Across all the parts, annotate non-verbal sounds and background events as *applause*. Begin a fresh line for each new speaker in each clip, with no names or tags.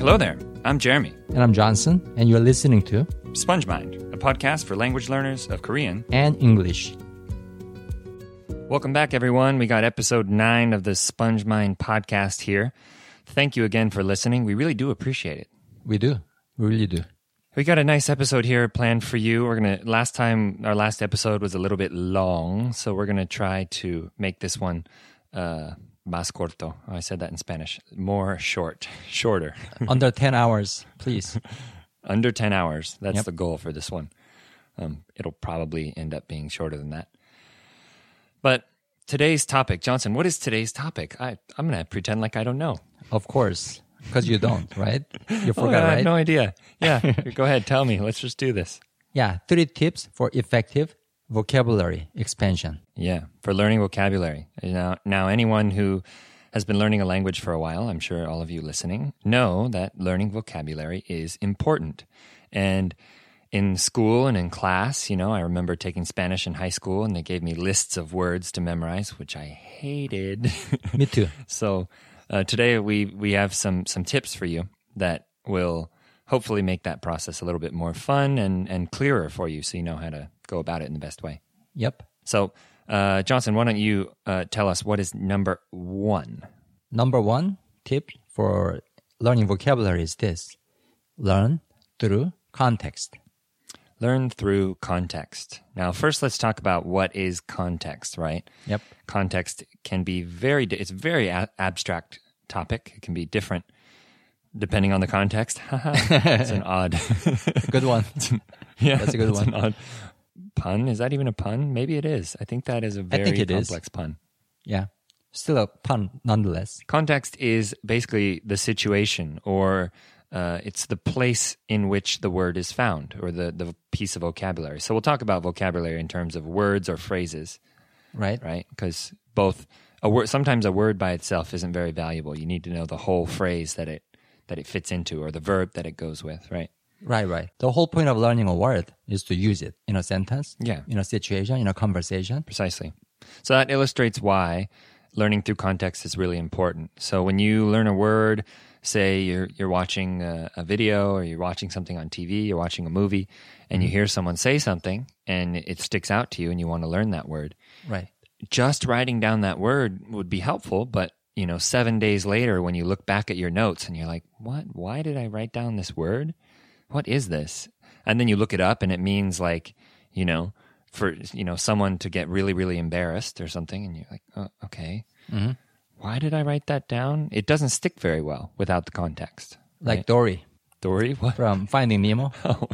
Hello there. I'm Jeremy,
And I'm Johnson, and you're listening to
Sponge Mind, a podcast for language learners of Korean.
And English.
Welcome back, everyone. We got episode nine of the Sponge Mind podcast here. Thank you again for listening. We really do appreciate it.
We do. We really do.
We got a nice episode here planned for you. We're gonna last time our last episode was a little bit long, so we're gonna try to make this one uh más corto. I said that in Spanish. More short, shorter,
Under 10 hours, please.
under ten hours. That's
Yep.
the goal for this one. Um, it'll probably end up being shorter than that. But today's topic, Johnson. What is today's topic? I I'm gonna pretend like I don't know.
Of course, because you don't, right? You
Oh,
forgot,
I have
right?
no idea.
*laughs*
Yeah, go ahead. Tell me. Let's just do this.
Yeah, three tips for effective vocabulary expansion.
Yeah, for learning vocabulary. Now, now anyone who has been learning a language for a while, I'm sure all of you listening, know that learning vocabulary is important. And in school and in class, you know, I remember taking Spanish in high school and they gave me lists of words to memorize, which I hated. *laughs*
Me too.
So uh, today we we have some some tips for you that will hopefully make that process a little bit more fun and and clearer for you, so you know how to go about it in the best way.
Yep.
So uh, Johnson, why don't you uh, tell us what is number one?
Number one tip for learning vocabulary is this learn through context.
Learn through context. Now, first, let's talk about what is context, right?
Yep.
Context can be very, di- it's a very a- abstract topic. It can be different depending on the context. *laughs* it's an odd *laughs*
Good one.
Yeah,
That's a good one.
an odd pun. Is that even a pun? Maybe it is. I think that is a very
think it is.
complex pun.
yeah. Still a pun nonetheless.
Context is basically the situation, or uh, it's the place in which the word is found, or the the piece of vocabulary. So we'll talk about vocabulary in terms of words or phrases,
Right?
right? Because both a word sometimes a word by itself isn't very valuable. You need to know the whole phrase that it that it fits into, or the verb that it goes with, right?
Right, right. The whole point of learning a word is to use it in a sentence,
Yeah.
in a situation, in a conversation.
Precisely. So that illustrates why learning through context is really important. So when you learn a word, say you're you're watching a, a video or you're watching something on TV, you're watching a movie, and you hear someone say something and it sticks out to you and you want to learn that word.
Right.
Just writing down that word would be helpful, but you know, 7 days later when you look back at your notes and you're like, "What? Why did I write down this word? What is this?" And then you look it up and it means like, you know, for you know someone to get really really embarrassed or something and you're like oh, okay why did i write that down it doesn't stick very well without the context
Like Dory
dory *laughs* what
from Finding Nemo,
oh,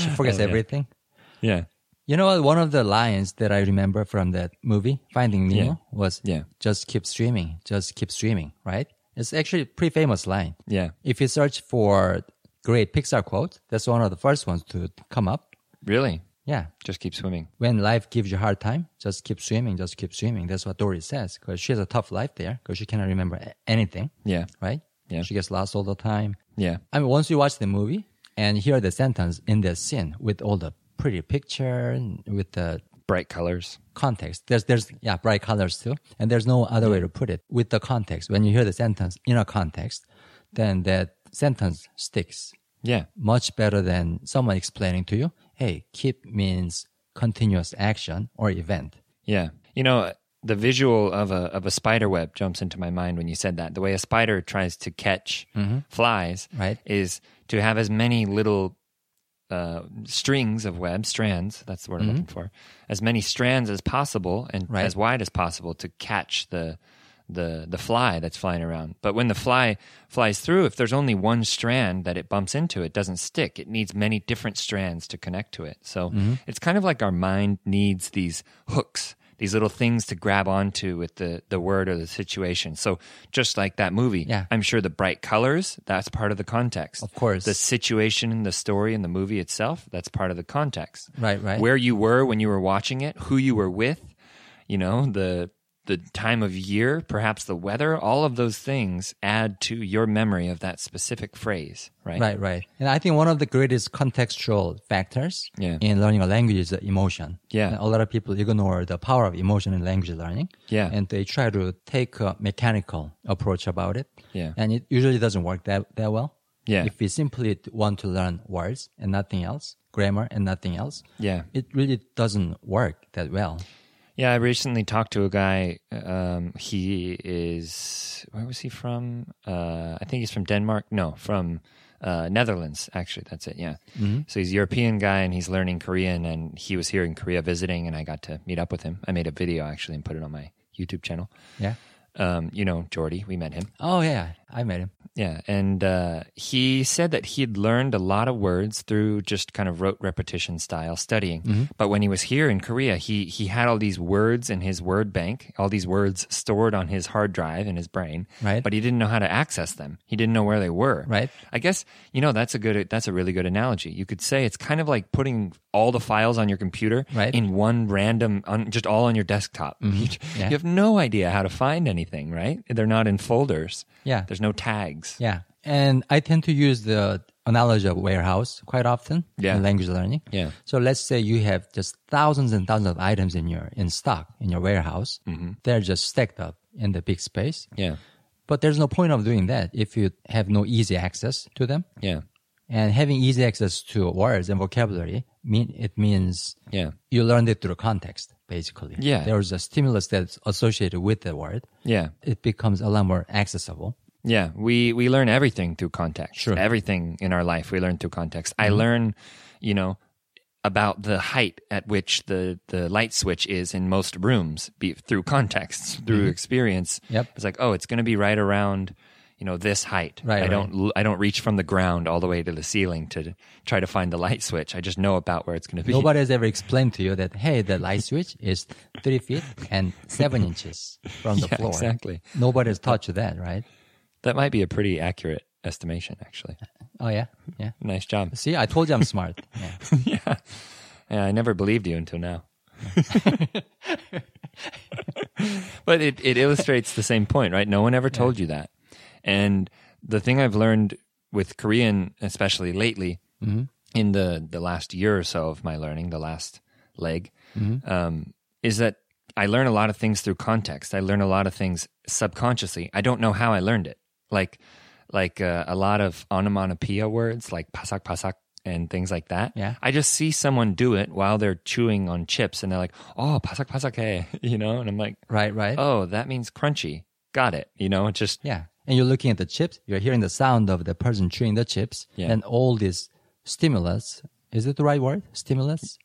*laughs*
she forgets everything.
yeah
You know what? One of the lines that I remember from that movie, Finding
Yeah.
Nemo, was
Yeah.
just keep streaming, just keep streaming, right? It's actually a pretty famous line.
yeah
If you search for great Pixar quote, that's one of the first ones to come up.
really
Yeah.
just keep swimming
When life gives you a hard time, just keep swimming, just keep swimming. That's what Dory says because she has a tough life there because she cannot remember a- anything,
yeah
right?
Yeah.
She gets lost all the time.
yeah
I mean, once you watch the movie and hear the sentence in the scene with all the pretty picture, and with the
bright colors
context, there's, there's, yeah, bright colors too. And there's no other way to put it. With the context, when you hear the sentence in a context, then that sentence sticks
yeah
much better than someone explaining to you, hey, keep means continuous action or event.
Yeah. You know, the visual of a of a spider web jumps into my mind when you said that. The way a spider tries to catch flies
Right.
is to have as many little uh, strings of web strands. That's the word I'm looking for. As many strands as possible and
Mm-hmm. Right.
as wide as possible to catch the the the fly that's flying around. But when the fly flies through, if there's only one strand that it bumps into, it doesn't stick. It needs many different strands to connect to it. So
Mm-hmm.
it's kind of like our mind needs these hooks, these little things to grab onto with the the word or the situation. So just like that movie,
Yeah.
I'm sure the bright colors, that's part of the context.
Of course.
The situation, the story and the movie itself, that's part of the context
Right, right.
where you were when you were watching it, who you were with, you know, the the time of year, perhaps the weather, all of those things add to your memory of that specific phrase, right?
Right, right. And I think one of the greatest contextual factors
Yeah.
in learning a language is the emotion.
Yeah.
And a lot of people ignore the power of emotion in language learning.
Yeah.
And they try to take a mechanical approach about it.
Yeah.
And it usually doesn't work that, that well.
Yeah.
If we simply want to learn words and nothing else, grammar and nothing else,
Yeah.
it really doesn't work that well.
Yeah, I recently talked to a guy. Um, he is where was he from? Uh, I think he's from Denmark. No, from uh, Netherlands. Actually, that's it. Yeah. So he's a European guy, and he's learning Korean. And he was here in Korea visiting, and I got to meet up with him. I made a video actually and put it on my YouTube channel.
Yeah.
Um, you know, Jordy, we met him.
Oh yeah, I met him.
Yeah, and uh, he said that he had learned a lot of words through just kind of rote repetition style studying.
Mm-hmm.
But when he was here in Korea, he he had all these words in his word bank, all these words stored on his hard drive in his brain.
Right.
But he didn't know how to access them. He didn't know where they were.
Right.
I guess you know that's a good that's a really good analogy. You could say it's kind of like putting all the files on your computer
Right. Mm-hmm.
in one random on, just all on your desktop. *laughs* You,
Yeah.
you have no idea how to find anything, right? They're not in folders.
Yeah.
There's no tags.
Yeah. And I tend to use the analogy of warehouse quite often
Yeah.
in language learning.
Yeah.
So let's say you have just thousands and thousands of items in your in stock in your warehouse.
Mm-hmm.
They're just stacked up in the big space.
Yeah.
But there's no point of doing that if you have no easy access to them.
Yeah.
And having easy access to words and vocabulary mean it means
Yeah.
you learned it through context, basically.
Yeah.
There's a stimulus that's associated with the word.
Yeah.
It becomes a lot more accessible.
Yeah. We we learn everything through context.
Sure. Mm-hmm.
Everything in our life we learn through context. I learn, you know, about the height at which the the light switch is in most rooms be, through context, through experience.
Mm-hmm. Yep.
It's like, oh, it's going to be right around you know this height.
Right,
I
right.
don't. l- I don't reach from the ground all the way to the ceiling to try to find the light switch. I just know about where it's going to be.
Nobody has ever explained to you that, hey, the light switch is three feet and
*laughs*
seven inches from the
Yeah,
floor.
exactly.
Nobody has taught you that, right?
That might be a pretty accurate estimation, actually.
Oh, yeah. Yeah.
Nice job.
See, I told you I'm smart.
*laughs*
Yeah.
Yeah, I never believed you until now. *laughs* but it, it illustrates the same point, right? No one ever told you that. And the thing I've learned with Korean, especially lately, in the, the last year or so of my learning, the last leg, um, is that I learn a lot of things through context. I learn a lot of things subconsciously. I don't know how I learned it. Like, like uh, a lot of onomatopoeia words, like pasak pasak and things like that.
Yeah.
I just see someone do it while they're chewing on chips, and they're like, "Oh, pasak pasak hey," *laughs* you know, and I'm like,
Right, right.
"Oh, that means crunchy." Got it. You know, it's just
Yeah. And you're looking at the chips, you're hearing the sound of the person chewing the chips,
Yeah.
and all this stimulus. Is it the right word? Stimulus?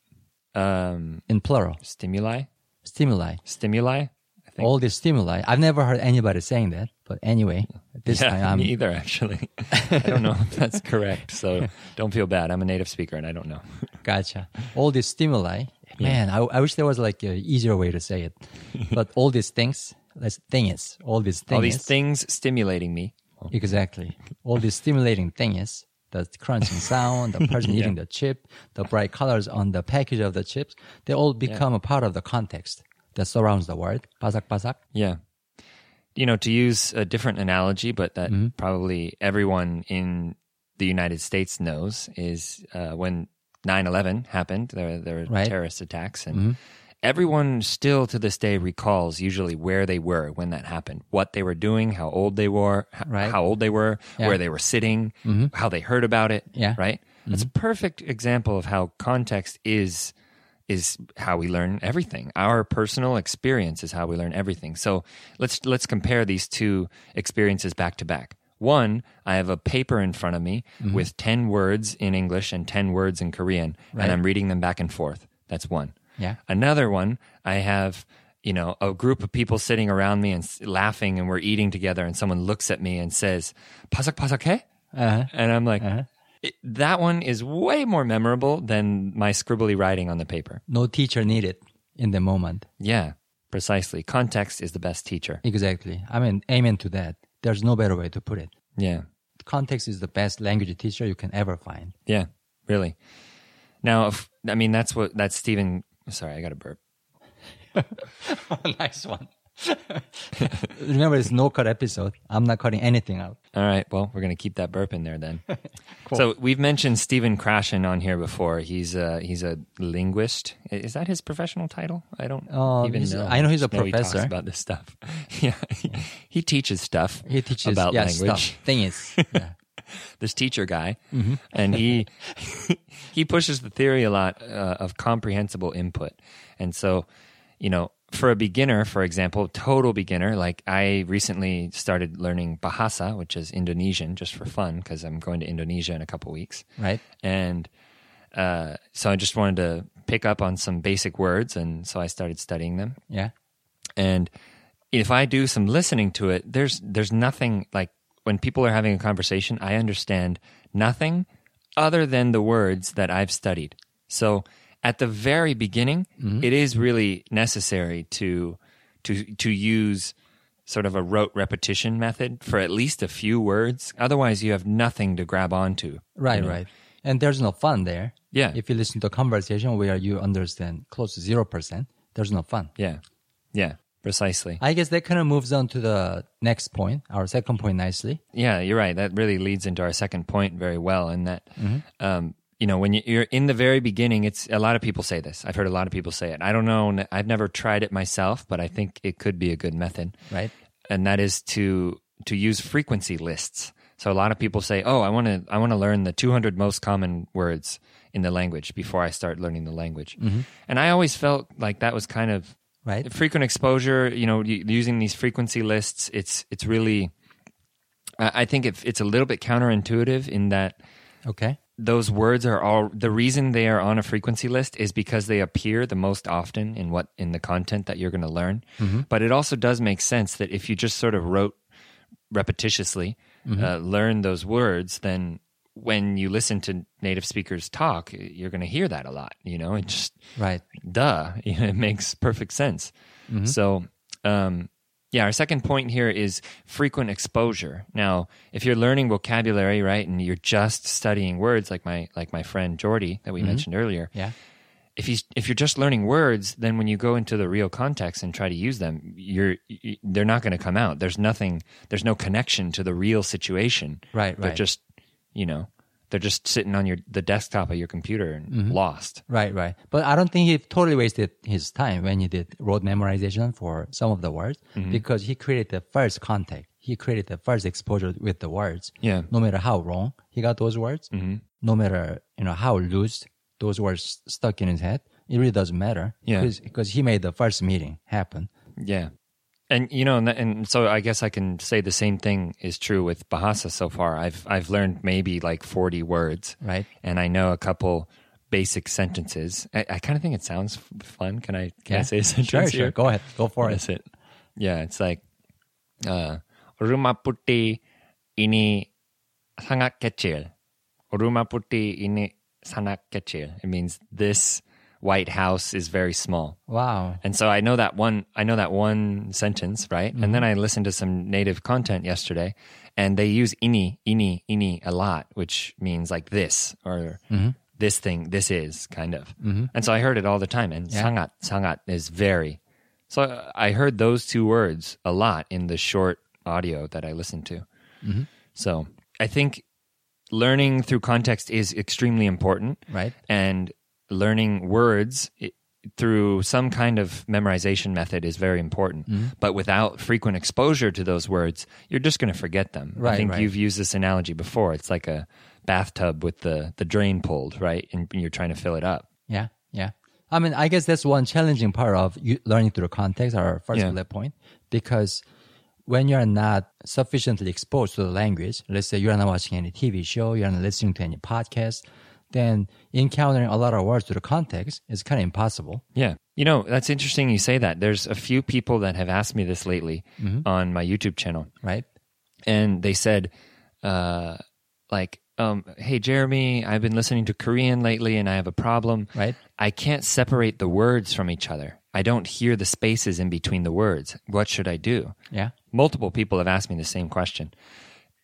um,
In plural.
stimuli,
Stimuli.
stimuli. I think.
All these stimuli. I've never heard anybody saying that, but anyway, this time
yeah,
I'm
*laughs* me either. Actually, I don't know if that's correct. So don't feel bad. I'm a native speaker, and I don't know.
Gotcha. All these stimuli. Man, I, I wish there was like an easier way to say it. but all these things, let's thingies, all these things.
All these things stimulating me.
Exactly. All these stimulating thingies, the crunching sound, the person eating the chip, the bright colors on the package of the chips, they all become a part of the context that surrounds the word. Basak basak.
Yeah. You know, to use a different analogy, but that
Mm-hmm.
probably everyone in the United States knows is uh, when 9 11 happened, there, there were
Right. Mm-hmm.
terrorist attacks, and everyone still to this day recalls usually where they were when that happened, what they were doing, how old they were, h-
Right.
how old they were,
Yeah. Mm-hmm.
where they were sitting, how they heard about it.
Yeah.
Right? That's a perfect example of how context is is how we learn everything. Our personal experience is how we learn everything. So let's let's compare these two experiences back to back. One, I have a paper in front of me with 10 words in English and 10 words in Korean and I'm reading them back and forth. That's one.
Yeah.
Another one, I have you know a group of people sitting around me and s- laughing and we're eating together and someone looks at me and says, "Pasak pasak
Uh-huh.
and I'm like, "It- that one is way more memorable than my scribbly writing on the paper.
No teacher needed in the moment.
Yeah, precisely. Context is the best teacher.
Exactly. I mean, amen to that. There's no better way to put it.
Yeah,
Context is the best language teacher you can ever find.
yeah, really. Now, if, I mean, that's what that's Stephen. Sorry, I got a burp.
*laughs* nice one. Remember, it's no cut episode. I'm not cutting anything out.
All right, well, we're going to keep that burp in there
*laughs*
then. So we've mentioned Stephen Krashen on here before. He's a, he's a linguist. I- Is that his professional title? I don't
Um,
even
he's-
know.
I know he's a
Just he talks
professor.
about this *laughs* stuff. yeah, he, he teaches stuff.
He teaches
about
yeah, *laughs*
language.
Stuff. Thing is, yeah.
this teacher guy, and he he pushes the theory a lot uh, of comprehensible input, and so you know. For a beginner, for example, total beginner, like I recently started learning Bahasa, which is Indonesian, just for fun, because I'm going to Indonesia in a couple weeks
right?
and uh, so I just wanted to pick up on some basic words, and so I started studying them.
Yeah.
*laughs* And if I do some listening to it, there's there's nothing like when people are having a conversation, I understand nothing other than the words that I've studied. So at the very beginning,
Mm-hmm.
it is really necessary to to to use sort of a rote repetition method for at least a few words. Otherwise, you have nothing to grab onto.
Right,
you know?
right. And there's no fun there.
Yeah.
If you listen to a conversation where you understand close to 0%, there's no fun.
Yeah. Yeah. Precisely.
I guess that kind of moves on to the next point, our second point nicely.
Yeah, you're right. That really leads into our second point very well. In that, um, you know, when you- you're in the very beginning, it's a lot of people say this. I've heard a lot of people say it. I don't know. n- I've never tried it myself, but I think it could be a good method.
Right.
And that is to to use frequency lists. So a lot of people say, "Oh, I want to I want to learn the 200 most common words in the language before I start learning the language." And I always felt like that was kind of
Right.
frequent exposure you know u- using these frequency lists it's it's really i I think it, it's a little bit counterintuitive in that
Okay.
those words are all the reason they are on a frequency list is because they appear the most often in what in the content that you're going to learn but it also does make sense that if you just sort of wrote repetitiously uh, learn those words then when you listen to native speakers talk you're going to hear that a lot you know it just
Right.
duh, *laughs* you know, it makes perfect sense.
Mm-hmm.
So, um, yeah, our second point here is frequent exposure. Now, if you're learning vocabulary, right, and you're just studying words, like my like my friend Jordy that we
Mm-hmm.
mentioned earlier,
Yeah.
if he's if you're just learning words, then when you go into the real context and try to use them, you're you, they're not going to come out. There's nothing. There's no connection to the real situation.
Right,
They're
right.
just, you know, they're just sitting on your the desktop of your computer and
Mm-hmm.
lost.
Right, right. But I don't think he totally wasted his time when he did road memorization for some of the words because he created the first contact. He created the first exposure with the words.
Yeah.
No matter how wrong he got those words, no matter you know how loose those words stuck in his head, it really doesn't matter.
Yeah.
Because he made the first meeting happen.
Yeah. And you know, and, and so I guess I can say the same thing is true with Bahasa so far. I've I've learned maybe like forty words,
Right.
And I know a couple basic sentences. I, I kind of think it sounds f- fun. Can I can I say a sentence
Sure,
here?
sure. Go ahead. Go for
What
*laughs*
is
it.
it? Yeah, it's like uh, rumah putih ini sangat kecil. Rumah putih ini sangat kecil. It means this white house is very small.
Wow.
And so I know that one I know that one sentence, right? And then I listened to some native content yesterday and they use ini, ini, ini a lot, which means like this or this thing, this is kind of. And so I heard it all the time and sangat, sangat is very. So I- I heard those two words a lot in the short audio that I listened to. So I think learning through context is extremely important
Right.
and learning words i- through some kind of memorization method is very important.
Mm-hmm.
But without frequent exposure to those words, you're just going to forget them. I
Right,
think
right.
you've used this analogy before. It's like a bathtub with the, the drain pulled, right? And you're trying to fill it up.
Yeah, yeah. I mean, I guess that's one challenging part of you learning through context, our first
Yeah.
bullet point, because when you're not sufficiently exposed to the language, let's say you're not watching any TV show, you're not listening to any podcast, then encountering a lot of words through the context is kind of impossible.
Yeah. You know, that's interesting you say that. There's a few people that have asked me this lately
Mm-hmm.
on my YouTube channel.
Right?
and they said, uh, like, um, hey Jeremy, I've been listening to Korean lately, and I have a problem.
Right.
I can't separate the words from each other. I don't hear the spaces in between the words. What should I do?
Yeah.
Multiple people have asked me the same question,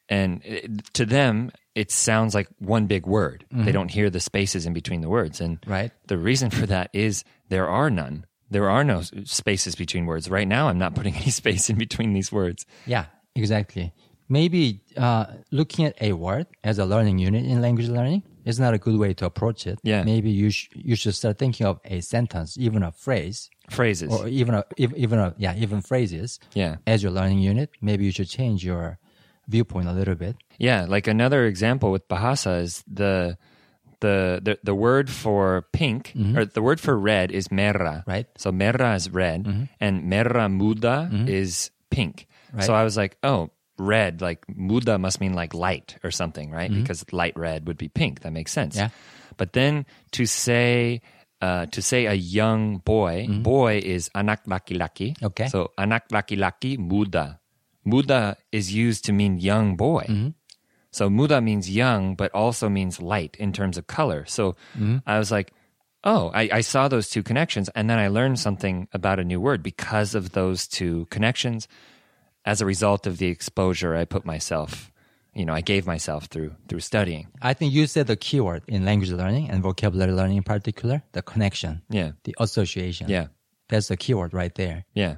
and it, to them, it sounds like one big word. They don't hear the spaces in between the words, and
Mm-hmm. Right.
the reason for that is there are none. There are no s- spaces between words. Right now, I'm not putting *laughs* any space in between these words.
Yeah, exactly. Maybe uh, looking at a word as a learning unit in language learning is not a good way to approach it.
Yeah.
Maybe you, sh- you should start thinking of a sentence, even a phrase,
Phrases.
or even a, ev- even a, yeah even phrases
Yeah.
as your learning unit maybe you should change your viewpoint a little bit.
Yeah, like another example with Bahasa is the the the, the word for pink or the word for red is merah.
Mm-hmm. Right. Mm-hmm.
So merah is red and merah muda is pink. So I was like, oh, red like muda must mean like light or something, right? Because light red would be pink. That makes sense.
Mm-hmm. Yeah.
But then to say uh, to say a young boy,
Mm-hmm.
boy is anak laki-laki.
Okay.
So anak laki-laki muda. Muda is used to mean young boy. So muda means young, but also means light in terms of color. So I was like, oh, I, I saw those two connections, and then I learned something about a new word because of those two connections. As a result of the exposure I put myself, you know, I gave myself through through studying.
I think you said the keyword in language learning and vocabulary learning in particular, the connection,
Yeah.
the association.
Yeah.
That's the keyword right there. *laughs*
Yeah.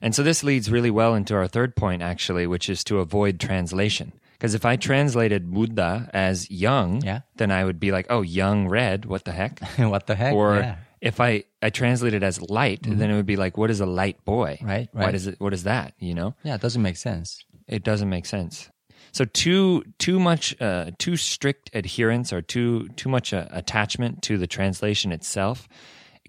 And so this leads really well into our third point, actually, which is to avoid translation. Because if I translated Buddha as young,
Yeah.
then I would be like, oh, young red, what the heck?
what the heck?
Or
Yeah. Mm-hmm.
if I, I translate it as light, then it would be like, what is a light boy?
Right,
Why
right.
does it, what is that? You know,
yeah, it doesn't make sense.
it doesn't make sense. So too, too much, uh, too strict adherence or too, too much uh, attachment to the translation itself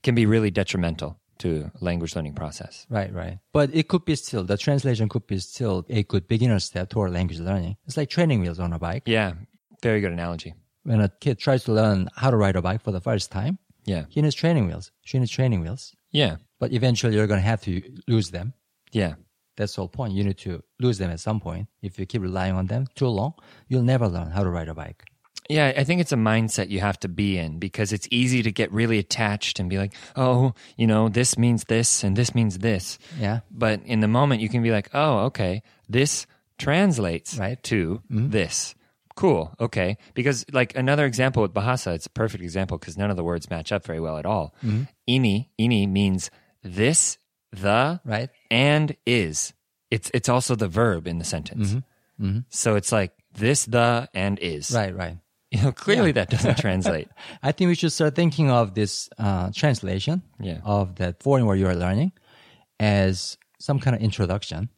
can be really detrimental to language learning process.
Right, right. But it could be still, the translation could be still a good beginner step toward language learning. It's like training wheels on a bike.
Yeah, very good analogy.
When a kid tries to learn how to ride a bike for the first time,
Yeah,
he needs training wheels. She needs training wheels.
yeah,
But eventually you're going to have to lose them.
yeah,
That's the whole point. You need to lose them at some point. If you keep relying on them too long, you'll never learn how to ride a bike.
yeah. I think it's a mindset you have to be in because it's easy to get really attached and be like, oh, you know, this means this and this means this.
Yeah.
But in the moment, you can be like, oh, okay, this translates
Right.
to this. Cool. Okay. Because, like, another example with Bahasa, it's a perfect example because none of the words match up very well at all. Ini, ini means this, the,
Right?
and is. It's it's also the verb in the sentence. Mm-hmm. So it's like this, the, and is.
Right, right.
You know, clearly that *laughs* doesn't translate.
I think we should start thinking of this uh, translation
Yeah.
of that foreign word you are learning as some kind of introduction.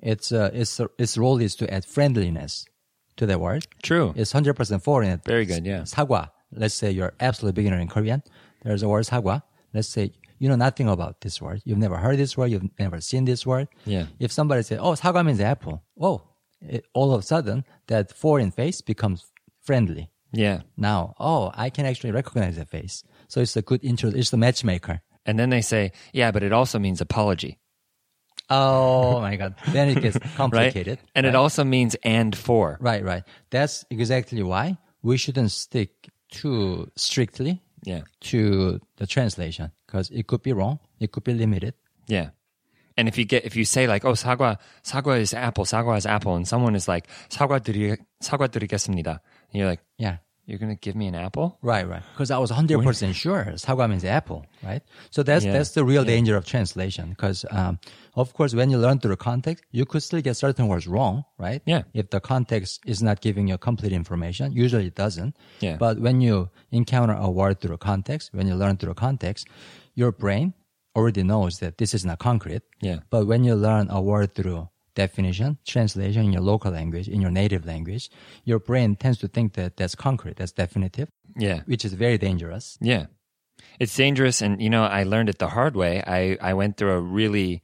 Its uh, its its role is to add friendliness to the word.
True.
It's hundred percent foreign.
Very good, yeah.
Sagwa. Let's say you're absolute beginner in Korean. There's a word sagwa. Let's say you know nothing about this word. You've never heard this word. You've never seen this word.
Yeah.
If somebody says, "Oh, sagwa means apple," oh, it, all of a sudden that foreign face becomes friendly
Yeah.
now. Oh, I can actually recognize the face. So it's a good intro. It's the matchmaker.
And then they say, yeah, but it also means apology,
Oh *laughs* my God. Then it gets
*laughs* right?
complicated.
And it also means and for.
right, right. That's exactly why we shouldn't stick too strictly
Yeah.
to the translation because it could be wrong. It could be limited.
Yeah. And if you get if you say like, oh, sagwa, sagwa is apple, sagwa is apple, and someone is like, sagwa 드리, sagwa 드리겠습니다. And you're like,
Yeah.
you're gonna give me an apple?
Right, right. Because I was hundred percent sure sagwa means apple, right? So that's
Yeah,
that's the real danger of translation. Because um, of course, when you learn through context, you could still get certain words wrong, right?
Yeah.
If the context is not giving you complete information, usually it doesn't.
Yeah.
But when you encounter a word through context, when you learn through context, your brain already knows that this is not concrete.
Yeah.
But when you learn a word through definition, translation in your local language, in your native language, your brain tends to think that that's concrete, that's definitive
Yeah.
which is very dangerous. *laughs*
Yeah. It's dangerous and you know, I learned it the hard way. I, I went through a really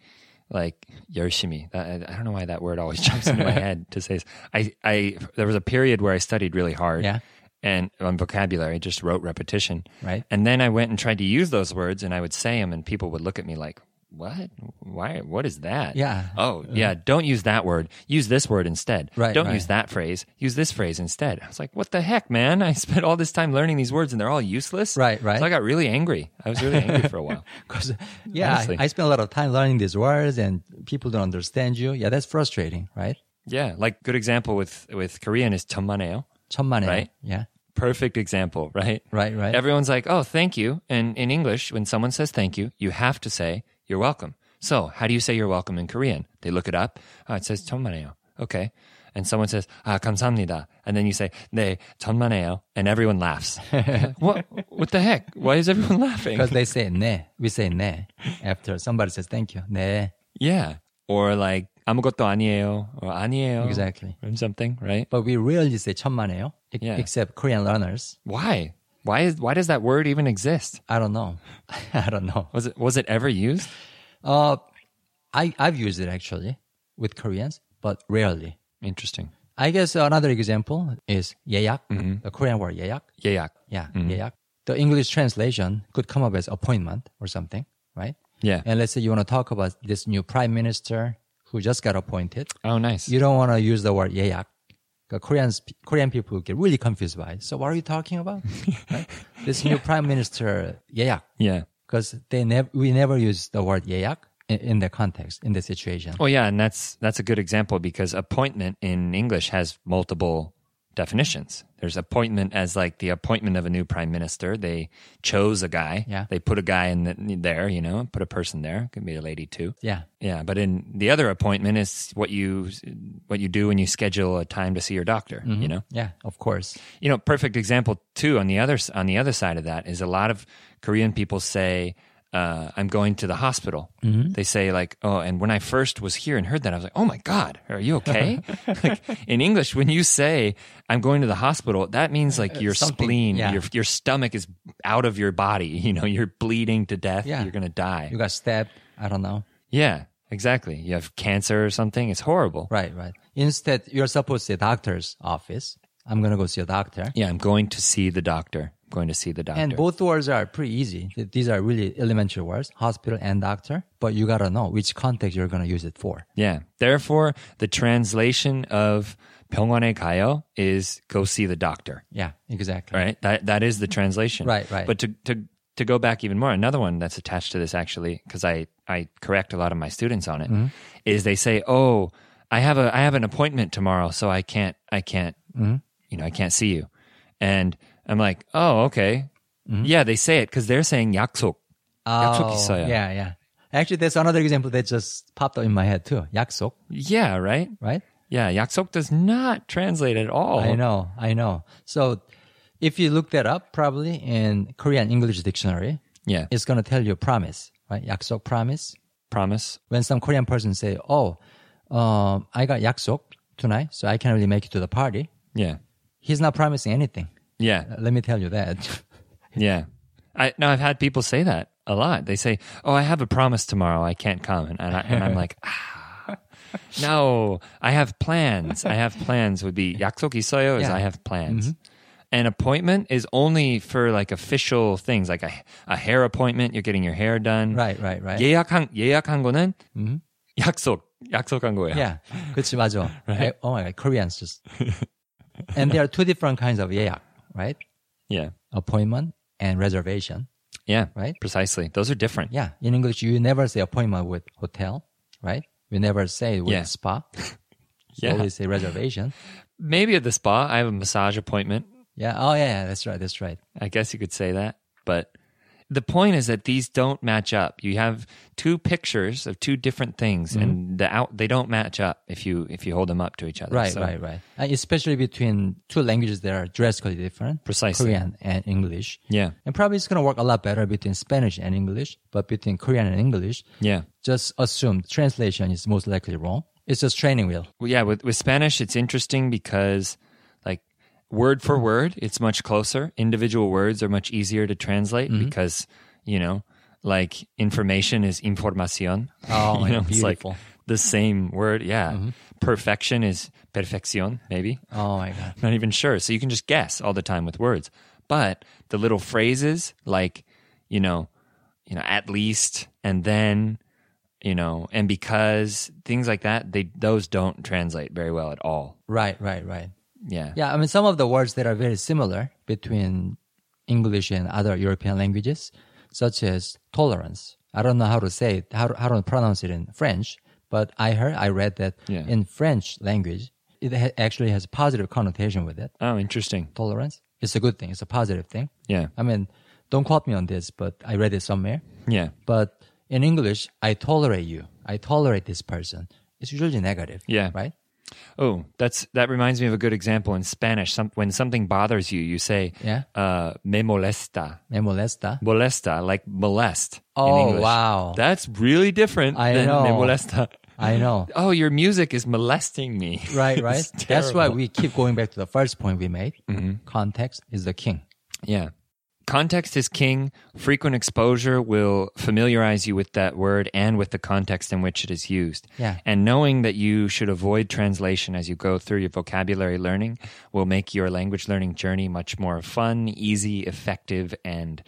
like yoshimi. That- I, I don't know why that word always *laughs* jumps into my head to say. this. I I there was a period where I studied really hard.
Yeah.
And on vocabulary, just wrote repetition.
Right.
And then I went and tried to use those words and I would say them and people would look at me like, "What? Why what is that?"
Yeah. Uh.
Oh, yeah, don't use that word. Use this word instead.
Right,
Don't
right.
use that phrase. Use this phrase instead. I was like, "What the heck, man? I *laughs* spent all this time learning these words and they're all useless."
Right, right.
So I got really angry. I was really angry for a
*laughs*
while.
Because yeah,
Honestly.
I, I spend a lot of time learning these words, and people don't understand you. Yeah, that's frustrating, right?
Yeah, like good example with with Korean is tomaneo.
천만에.
Right.
Yeah.
Perfect example, right?
Right. Right.
Everyone's like, "Oh, thank you." And in English, when someone says thank you, you have to say you're welcome. So, how do you say you're welcome in Korean? They look it up. Oh, it says 천만에요. Okay. And someone says, "Ah, 감사합니다." And then you say, "네, 천만에요." And everyone
*laughs*
laughs. what what the heck? Why is everyone laughing?
Because they say ne, we say ne after somebody says thank you. Ne.
Yeah. Or like 아무것도 아니에요 or 아니에요
Exactly.
or something, right?
But we rarely say 천만에요, e-
Yeah.
except Korean learners.
Why? Why is why does that word even exist?
I don't know. *laughs* I don't know.
Was it was it ever used?
Uh, I, I've used it actually with Koreans, but rarely.
Interesting.
I guess another example is 예약, the Korean word 예약.
Yeyak.
Yeah, 예약. The English translation could come up as appointment or something, right?
Yeah.
And let's say you want to talk about this new prime minister who just got appointed.
Oh, nice.
You don't want to use the word 예약. 'Cause Koreans, Korean people get really confused by it. So what are you talking about? Right? This new prime minister 예약.
yeah.
Because they never, we never use the word 예약 in, in the context, in the situation.
Oh, yeah, and that's that's a good example because appointment in English has multiple definitions. There's appointment as like the appointment of a new prime minister. They chose a guy.
Yeah.
They put a guy in the, there, you know, put a person there. Could be a lady too.
Yeah.
Yeah, but in the other appointment is what you what you do when you schedule a time to see your doctor. You know,
Yeah, of course.
you know, perfect example too. On the other s- on the other side of that is a lot of Korean people say, uh, "I'm going to the hospital."
Mm-hmm.
They say like, "Oh," and when I first was here and heard that, I was like, "Oh my god, are you okay?"
*laughs*
like in English, when you say, "I'm going to the hospital," that means like your
Uh, something,
spleen,
yeah.
your your stomach is out of your body. *laughs* You know, you're bleeding to death.
Yeah.
You're gonna die.
You got stabbed. I don't know.
Yeah, exactly. You have cancer or something. It's horrible.
Right, right. Instead, you're supposed to say doctor's office. I'm going to go see a doctor.
Yeah, I'm going to see the doctor. I'm going to see the doctor.
And both words are pretty easy. Th- These are really elementary words, hospital and doctor. But you got to know which context you're going to use it for.
yeah. Therefore, the translation of 병원에 가요 is go see the doctor.
Yeah, exactly.
Right? That that is the translation.
Right, right.
But to to to go back even more, another one that's attached to this actually, because I I correct a lot of my students on it,
Mm-hmm.
is they say, "Oh, I have a I have an appointment tomorrow, so I can't I can't
Mm-hmm.
you know I can't see you," and I'm like, "Oh, okay,
Mm-hmm.
yeah." They say it because they're saying 약속. 약속 있어요.
Oh, yeah, yeah. Actually, that's another example that just popped up in my head too. 약속,
Yeah, right.
right?
Yeah, 약속 does not translate at all.
I know, I know. So if you look that up probably in Korean English dictionary,
Yeah,
it's going to tell you promise, right? 약속, promise.
promise.
When some Korean person say, oh, um, I got 약속 tonight, so I can't really make it to the party.
Yeah,
He's not promising anything.
yeah,
Let me tell you that. *laughs*
yeah. I now I've had people say that a lot. They say, "Oh, I have a promise tomorrow. I can't come," and, I, and I'm like, ah,
*laughs*
"No, I have plans. I have plans." Would
*laughs*
be 약속 있어요 is
Yeah. Mm-hmm.
I have plans. An appointment is only for like official things, like a, a hair appointment. You're getting your hair done.
right, right, right.
예약한 예약한 거는 약속 약속한 거예요.
Yeah. 그치, 맞아. I- oh my God, Koreans just. and there are two different kinds of 예약, right?
yeah,
Appointment and reservation,
yeah.
right?
Precisely. Those are different.
Yeah. In English, you never say appointment with hotel, right? We never say with
Yeah.
*laughs* spa. You
Yeah.
always say reservation.
Maybe at the spa. I have a massage appointment.
Yeah. Oh, yeah. That's right. That's right.
I guess you could say that. But the point is that these don't match up. You have two pictures of two different things
Mm-hmm.
and the out they don't match up if you if you hold them up to each other.
Right,
So,
right, right. And especially between two languages that are drastically different.
Precisely.
Korean and English.
Yeah.
And probably it's going to work a lot better between Spanish and English, but between Korean and English,
Yeah.
just assume translation is most likely wrong. It's just training wheel.
Well, yeah, with with Spanish it's interesting because like word for
Mm-hmm.
word it's much closer. Individual words are much easier to translate
Mm-hmm.
because, you know, like information is información.
Oh,
*laughs* you know, It's
beautiful. Mm-hmm.
like the same word. Yeah. Perfection is perfección, maybe.
Oh my god.
not even sure. So you can just guess all the time with words. But the little phrases like, you know, you know, at least and then, you know, and because things like that, they those don't translate very well at all.
Right, right, right.
Yeah.
Yeah, I mean some of the words that are very similar between English and other European languages, such as tolerance. I don't know how to say it, how to, how to pronounce it in French, but I heard I read that
Yeah.
in French language it ha- actually has positive connotation with it.
Oh, interesting.
Tolerance. It's a good thing. It's a positive thing.
Yeah.
I mean, don't quote me on this, but I read it somewhere.
Yeah.
But in English, I tolerate you. I tolerate this person. It's usually negative.
Yeah.
Right?
Oh, that's that reminds me of a good example in Spanish. Some, when something bothers you, you say
Yeah.
uh me molesta.
Me molesta.
Molesta, like molest
Oh,
in English.
wow.
That's really different
I
than me
know.
molesta. *laughs*
I know.
Oh, your music is molesting me.
Right,
*laughs* It's
right. That's why
terrible. Mm-hmm.
we keep going back to the first point we made. Context is the king.
Yeah. Context is king. Frequent exposure will familiarize you with that word and with the context in which it is used.
Yeah.
And knowing that you should avoid translation as you go through your vocabulary learning will make your language learning journey much more fun, easy, effective, and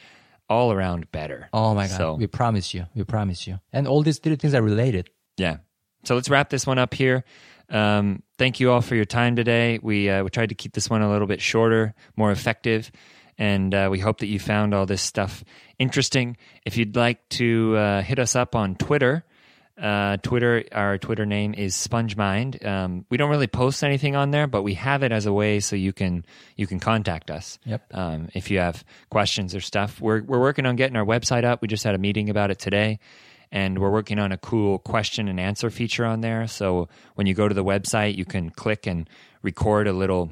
all around better.
Oh my God.
So,
We promise you. We promise you. And all these three things are related.
yeah. So let's wrap this one up here. Um, thank you all for your time today. We uh, we tried to keep this one a little bit shorter, more effective, and uh, we hope that you found all this stuff interesting. If you'd like to uh, hit us up on Twitter. Uh, Twitter, our Twitter name is SpongeMind. Um, we don't really post anything on there, but we have it as a way so you can you can contact us.
Yep.
Um, if you have questions or stuff, we're we're working on getting our website up. We just had a meeting about it today, and we're working on a cool question and answer feature on there. So when you go to the website, you can click and record a little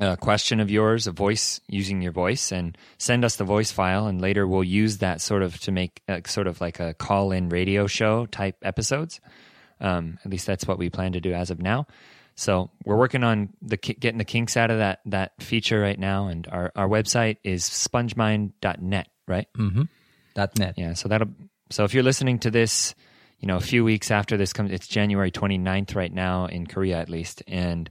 a question of yours, a voice using your voice, and send us the voice file. And later we'll use that sort of to make uh, sort of like a call in radio show type episodes. Um, at least that's what we plan to do as of now. So we're working on the ki- getting the kinks out of that that feature right now, and our, our website is spongemind.net, right?
Dot net.
Yeah. So that'll so if you're listening to this, you know, a few weeks after this comes, it's January 29th right now in Korea at least, and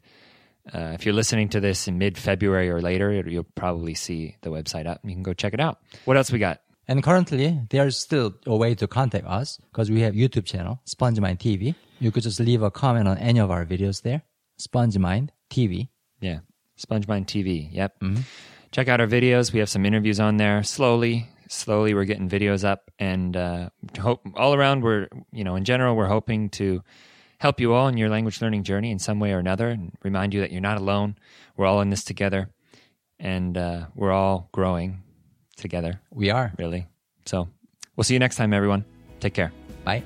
uh, if you're listening to this in mid February or later, it- you'll probably see the website up. and You can go check it out. What else we got?
And currently, there's still a way to contact us because we have YouTube channel, SpongeMind TV. You could just leave a comment on any of our videos there, SpongeMind TV.
Yeah. SpongeMind TV. Yep. Check out our videos. We have some interviews on there. Slowly, slowly, we're getting videos up, and uh, hope all around. We're you know, in general, we're hoping to help you all in your language learning journey in some way or another, and remind you that you're not alone. We're all in this together, and uh, we're all growing together.
We are.
Really. So we'll see you next time, everyone. Take care.
Bye.